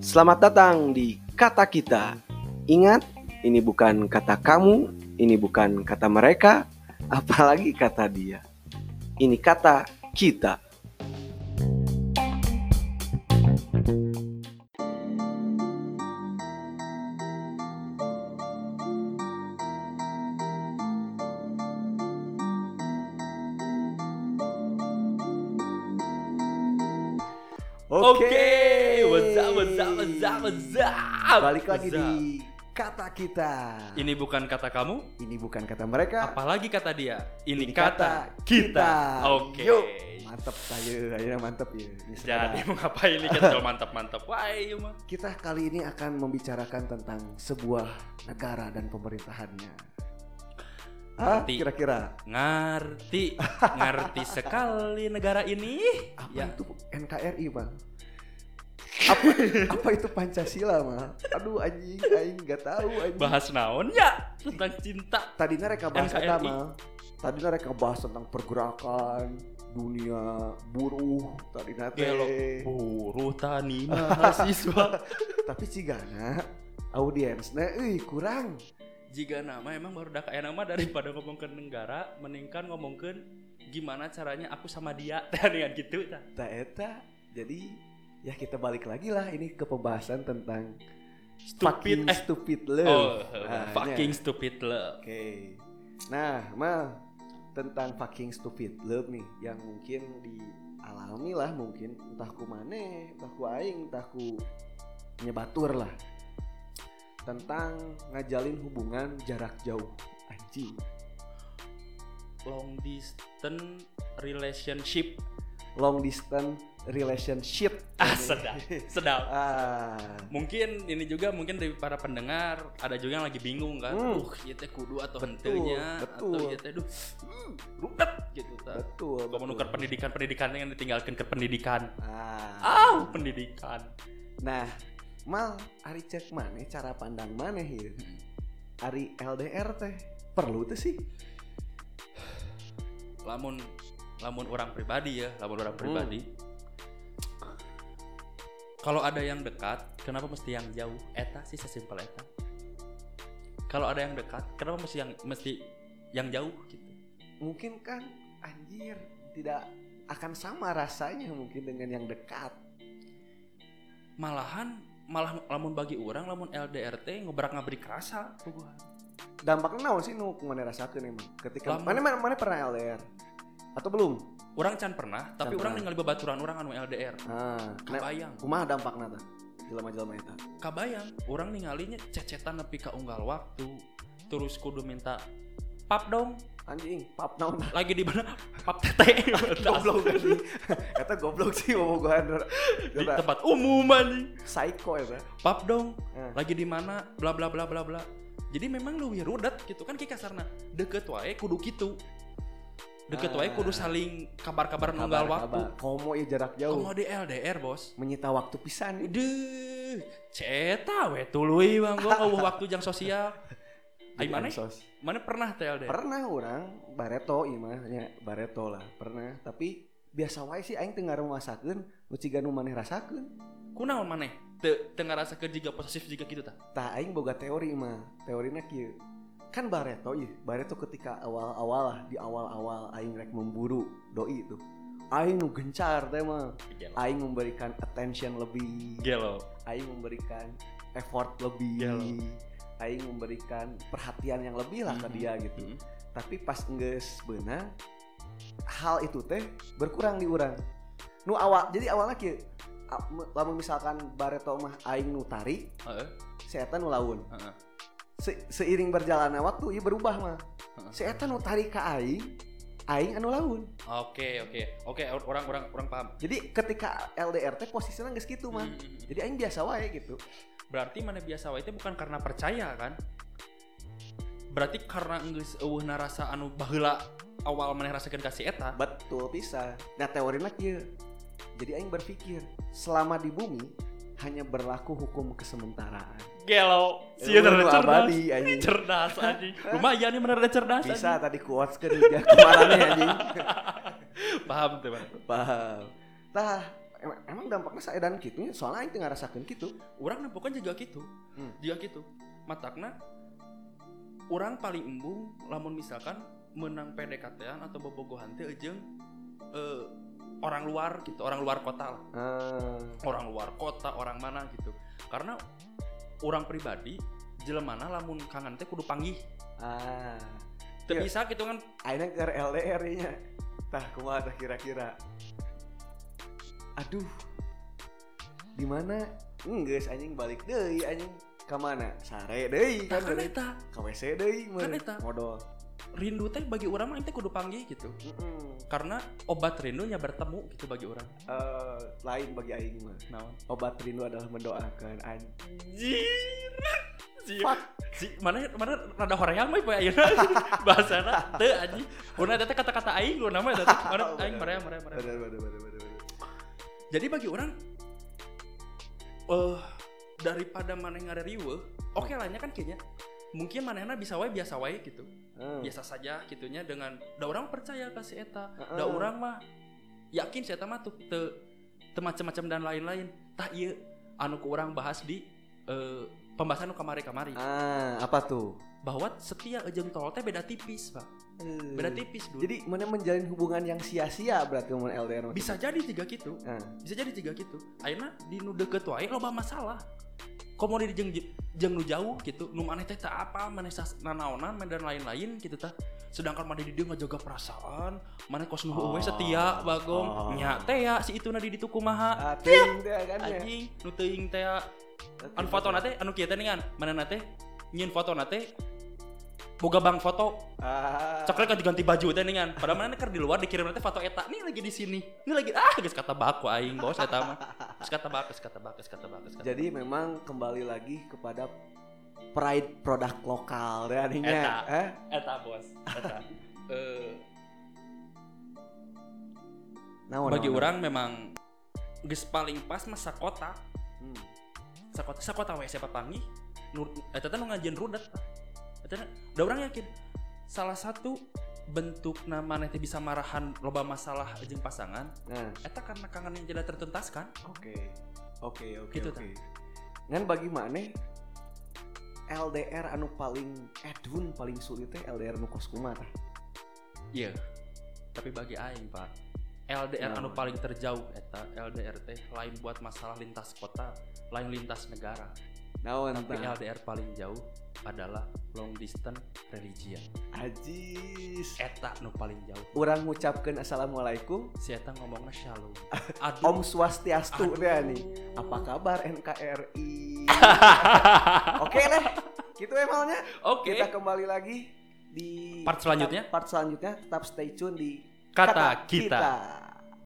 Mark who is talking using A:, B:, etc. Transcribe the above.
A: Selamat datang di Kata Kita. Ingat, ini bukan kata kamu, ini bukan kata mereka, apalagi kata dia. Ini kata kita.
B: Oke, what's up, what's up, what's up, what's up?
A: Balik lagi
B: What's up?
A: di Kata Kita.
B: Ini bukan kata kamu,
A: Ini bukan kata mereka,
B: apalagi kata dia. Ini,
A: ini
B: kata, kita. Oke.
A: Yuk, mantep ayo, ayo mantep ya. Ini sekarang.
B: Jadi mau ngapain nih kan kalau mantap-mantap. Wah, iya mah.
A: Kita kali ini akan membicarakan tentang sebuah negara dan pemerintahannya. Ah,
B: Ngerti.
A: kira-kira
B: Ngerti, ngerti sekali negara ini.
A: apa
B: Ya,
A: itu NKRI, Bang? Apa, apa itu Pancasila, mah? Aduh anjing, aing nggak tahu anjing.
B: bahas naon ya tentang cinta.
A: Tadinya mereka bahas
B: NKRI.
A: eta, mah. Tadinya mereka bahas tentang pergerakan dunia buruh tadinya teh.
B: Dialog buruh tani mahasiswa.
A: Tapi cigana audiensnya nah, euy kurang.
B: Jika nama emang baru dah kayak nama daripada ngomong ke negara, mendingkan ngomong ke gimana caranya aku sama dia dengan gitu. tah.
A: Nah, eta jadi ya kita balik lagi lah ini ke pembahasan tentang
B: Stupid,
A: fucking
B: eh.
A: stupid love.
B: Oh,
A: Nah,
B: fucking
A: nya.
B: stupid love.
A: Oke. Nah, mal tentang fucking stupid love nih yang mungkin dialami lah mungkin entah ku mane, entah ku aing, entah ku nyebatur lah tentang ngajalin hubungan jarak jauh anjing
B: Long distance relationship.
A: long distance relationship
B: Ah, sedap. Sedap.
A: ah
B: Mungkin ini juga mungkin dari para pendengar ada juga yang lagi bingung kan.
A: Hmm.
B: Duh, ieu teh kudu atau henteunya
A: betul.
B: atau ieu teh duh hmm, rudet gitu ta.
A: betul
B: Kalau
A: betul.
B: menukar pendidikan pendidikan yang ditinggalkan ke pendidikan.
A: ah.
B: Ah, pendidikan.
A: nah mal ari cek maneh cara pandang maneh ya ari LDR teh perlu tuh sih
B: Lamun lamun orang pribadi ya, lamun
A: Hmm.
B: orang pribadi. Kalau ada yang dekat, kenapa mesti yang jauh? Eta sih sesimpel eta. Kalau ada yang dekat, kenapa mesti yang mesti yang jauh gitu?
A: mungkin kan anjir tidak akan sama rasanya mungkin dengan yang dekat
B: malahan malah lamun bagi orang lamun LDRT ngebrak ngabrik rasa
A: dampaknya naon sih nu mana rasakeun emang ketika
B: Lama.
A: mana mana mana pernah LDR atau belum
B: orang can pernah tapi
A: Can
B: orang
A: pernah.
B: ningali babaturan orang anu LDR
A: nah nah
B: kabayang
A: kumaha dampakna tah jelema-jelema eta
B: kabayang orang ningalinya cecetan nepi ka unggal waktu terus kudu minta pap dong
A: anjing pap naon tah?
B: lagi di mana pap tete
A: goblok anjing. eta goblok sih omongan
B: di
A: eta
B: tempat umum anjing
A: psycho eta
B: pap dong
A: Eh.
B: lagi di mana bla bla bla bla bla jadi memang leuwih rudet gitu kan ki kasarna deket wae kudu kitu deket wae kudu
A: Ah.
B: saling kabar-kabar nunggal waktu
A: Kabar-kabar. komo ya jarak jauh
B: Komo di LDR bos
A: menyita waktu pisan
B: Udah Ceta we tuluy bang Gue ngawuh waktu jang sosial Ay
A: Jadi
B: mana Eh.
A: ansos.
B: Mana pernah teh LDR
A: pernah orang bareto imahnya bareto lah pernah tapi biasa wae sih aing teu ngarumasakeun nu ciga nu maneh rasakeun
B: Kunaon mana Teu teu ngarasa ke jiga posesif jiga gitu tah
A: tah aing boga teori iya mah teorina kieu kan bareto ieu bareto ketika awal-awal lah di awal-awal aing rek memburu doi itu aing nu gencar teh mah
B: Gelo
A: aing memberikan attention lebih
B: Gelo
A: aing memberikan effort lebih
B: Gelo.
A: aing memberikan perhatian yang lebih lah ke
B: Mhm.
A: dia gitu
B: Hmm.
A: tapi pas nges benang hal itu teh berkurang di urang nu awal jadi awalnya kieu a- me- lamun misalkan bareto mah aing nu tarik
B: Heeh,
A: si eta nu laun
B: heeh.
A: Se- seiring berjalannya waktu ieu berubah mah si eta nu tarik ka aing aing anu laun
B: Oke oke Oke or- orang orang orang paham
A: jadi ketika LDR teh posisinya geus kitu mah
B: Hmm.
A: jadi aing biasa wae gitu
B: Berarti mana biasa wae teh bukan karena percaya kan Berarti karena geus eueuh narasa anu baheula awal mana rasakeun ka si eta
A: betul bisa nah teorina kieu jadi aing berpikir selama di bumi hanya berlaku hukum kesementaraan
B: Gelo Si
A: Ilmu nu
B: cerdas
A: abadi anjing
B: Cerdas anjing Lumayan nih bener cerdas
A: bisa tadi quotes ke dia kemarin anjing
B: paham tuh bang
A: paham tah em- emang dampaknya saya dan kitunya soalnya aing teu ngarasakeun kitu
B: orang nampokan juga gitu
A: Hmm.
B: juga gitu matakna orang paling embung lamun misalkan menang PDKT-an atau bobogohan teh jeung eh, orang luar gitu orang luar kota lah
A: Eh,
B: orang luar kota orang mana gitu karena orang pribadi jelemana lamun kangen teh kudu panggih
A: ah
B: teu
A: Iya.
B: bisa gitu kan
A: akhirnya ke LDR nya tah kumaha tah kira-kira aduh di mana enggak anjing balik deui anjing ke mana sare deui
B: Nah,
A: kan
B: kan
A: balik
B: eta
A: ke WC deui
B: Kan
A: meureun
B: eta.
A: modal
B: rindu teh bagi orang mah teh kudu panggih gitu
A: Mm-mm.
B: karena obat rindunya bertemu gitu bagi orang
A: Eh, lain bagi aing mah
B: naon
A: obat rindu adalah mendoakan anjing
B: Jir. Jir.
A: Fuck.
B: Si, mana mana rada horeang mah poe ayeuna bahasana teu anjing. Urang eta teh kata-kata aing lu nama eta teh. Mana aing mareang mareang mareang.
A: bener bener bener bener bener.
B: Jadi bagi orang eh daripada mana yang ada riwe, oke lahnya kan kayaknya mungkin manehna bisa wae biasa wae gitu
A: Hmm.
B: biasa saja gitunya dengan da orang percaya kasih eta
A: Heeh.
B: da orang mah yakin si eta mah tuh te, te macam-macam dan lain-lain tah iya anu ku orang bahas di eh, pembahasan nu kamari-kamari
A: ah apa tuh
B: bahwa setia jeung tol teh beda tipis pak beda tipis
A: Hmm.
B: dulu
A: jadi mana menjalin hubungan yang sia-sia berarti mun LDR mah.
B: bisa jadi tiga gitu
A: Ah.
B: bisa jadi tiga gitu akhirnya di nu deket wae loba masalah komo di jeung jeung nu jauh gitu nu maneh teh teu apa maneh sas- nanaonan maneh dan lain-lain gitu tah sedangkan maneh di dieu ngajaga perasaan maneh kos nuheuh we
A: Oh.
B: setia bagong nya teh ya si ituna di ditu
A: Ah,
B: kumaha
A: ting teh kan ya.
B: Iya. anjing nu teuing teh ya. anu foto nate anu kieu teh ningan manehna teh nyieun foto nate boga bang foto
A: Ah.
B: coklat kan diganti baju teh ningan padahal mana keur di luar dikirim nanti foto eta nih lagi di sini nih lagi ah geus kata baku aing bos eta mah geus kata baku geus kata baku geus kata baku geus kata
A: Jadi memang kembali lagi kepada pride produk lokal deh adanya.
B: Eta.
A: Eh?
B: baku. eta bos eta Eh,
A: Naon,
B: bagi
A: naon,
B: orang memang geus paling pas mah sakota
A: naon. Hmm.
B: sakota sakota we siapa panggih nur eta teh nu ngajian rudat eta teh da urang yakin salah satu bentuk nama nanti bisa marahan loba masalah jeung pasangan
A: Nah,
B: eta karena kangen yang tidak tertuntaskan
A: oke. Oke, oke,
B: Gitu,
A: oke. Ngan bagi mana LDR anu paling edun paling sulit teh LDR nu anu kos kumaha tah?
B: Iya. Tapi bagi aing, Pak, LDR anu
A: Kenapa?
B: paling terjauh eta LDR teh lain buat masalah lintas kota, lain lintas negara.
A: Naon
B: Tapi
A: tah?
B: LDR paling jauh adalah long distance religion.
A: Ajis.
B: Eta nu paling jauh.
A: Urang ngucapkeun assalamualaikum.
B: Si eta ngomongna shalom. Aduh.
A: Om Swastiastu
B: aduh.
A: deh nih. Apa kabar NKRI? Oke lah. Gitu emangnya.
B: Oke.
A: Kita kembali lagi di
B: Part selanjutnya?
A: Part selanjutnya tetap stay tune di
B: Kata kita.
A: kita.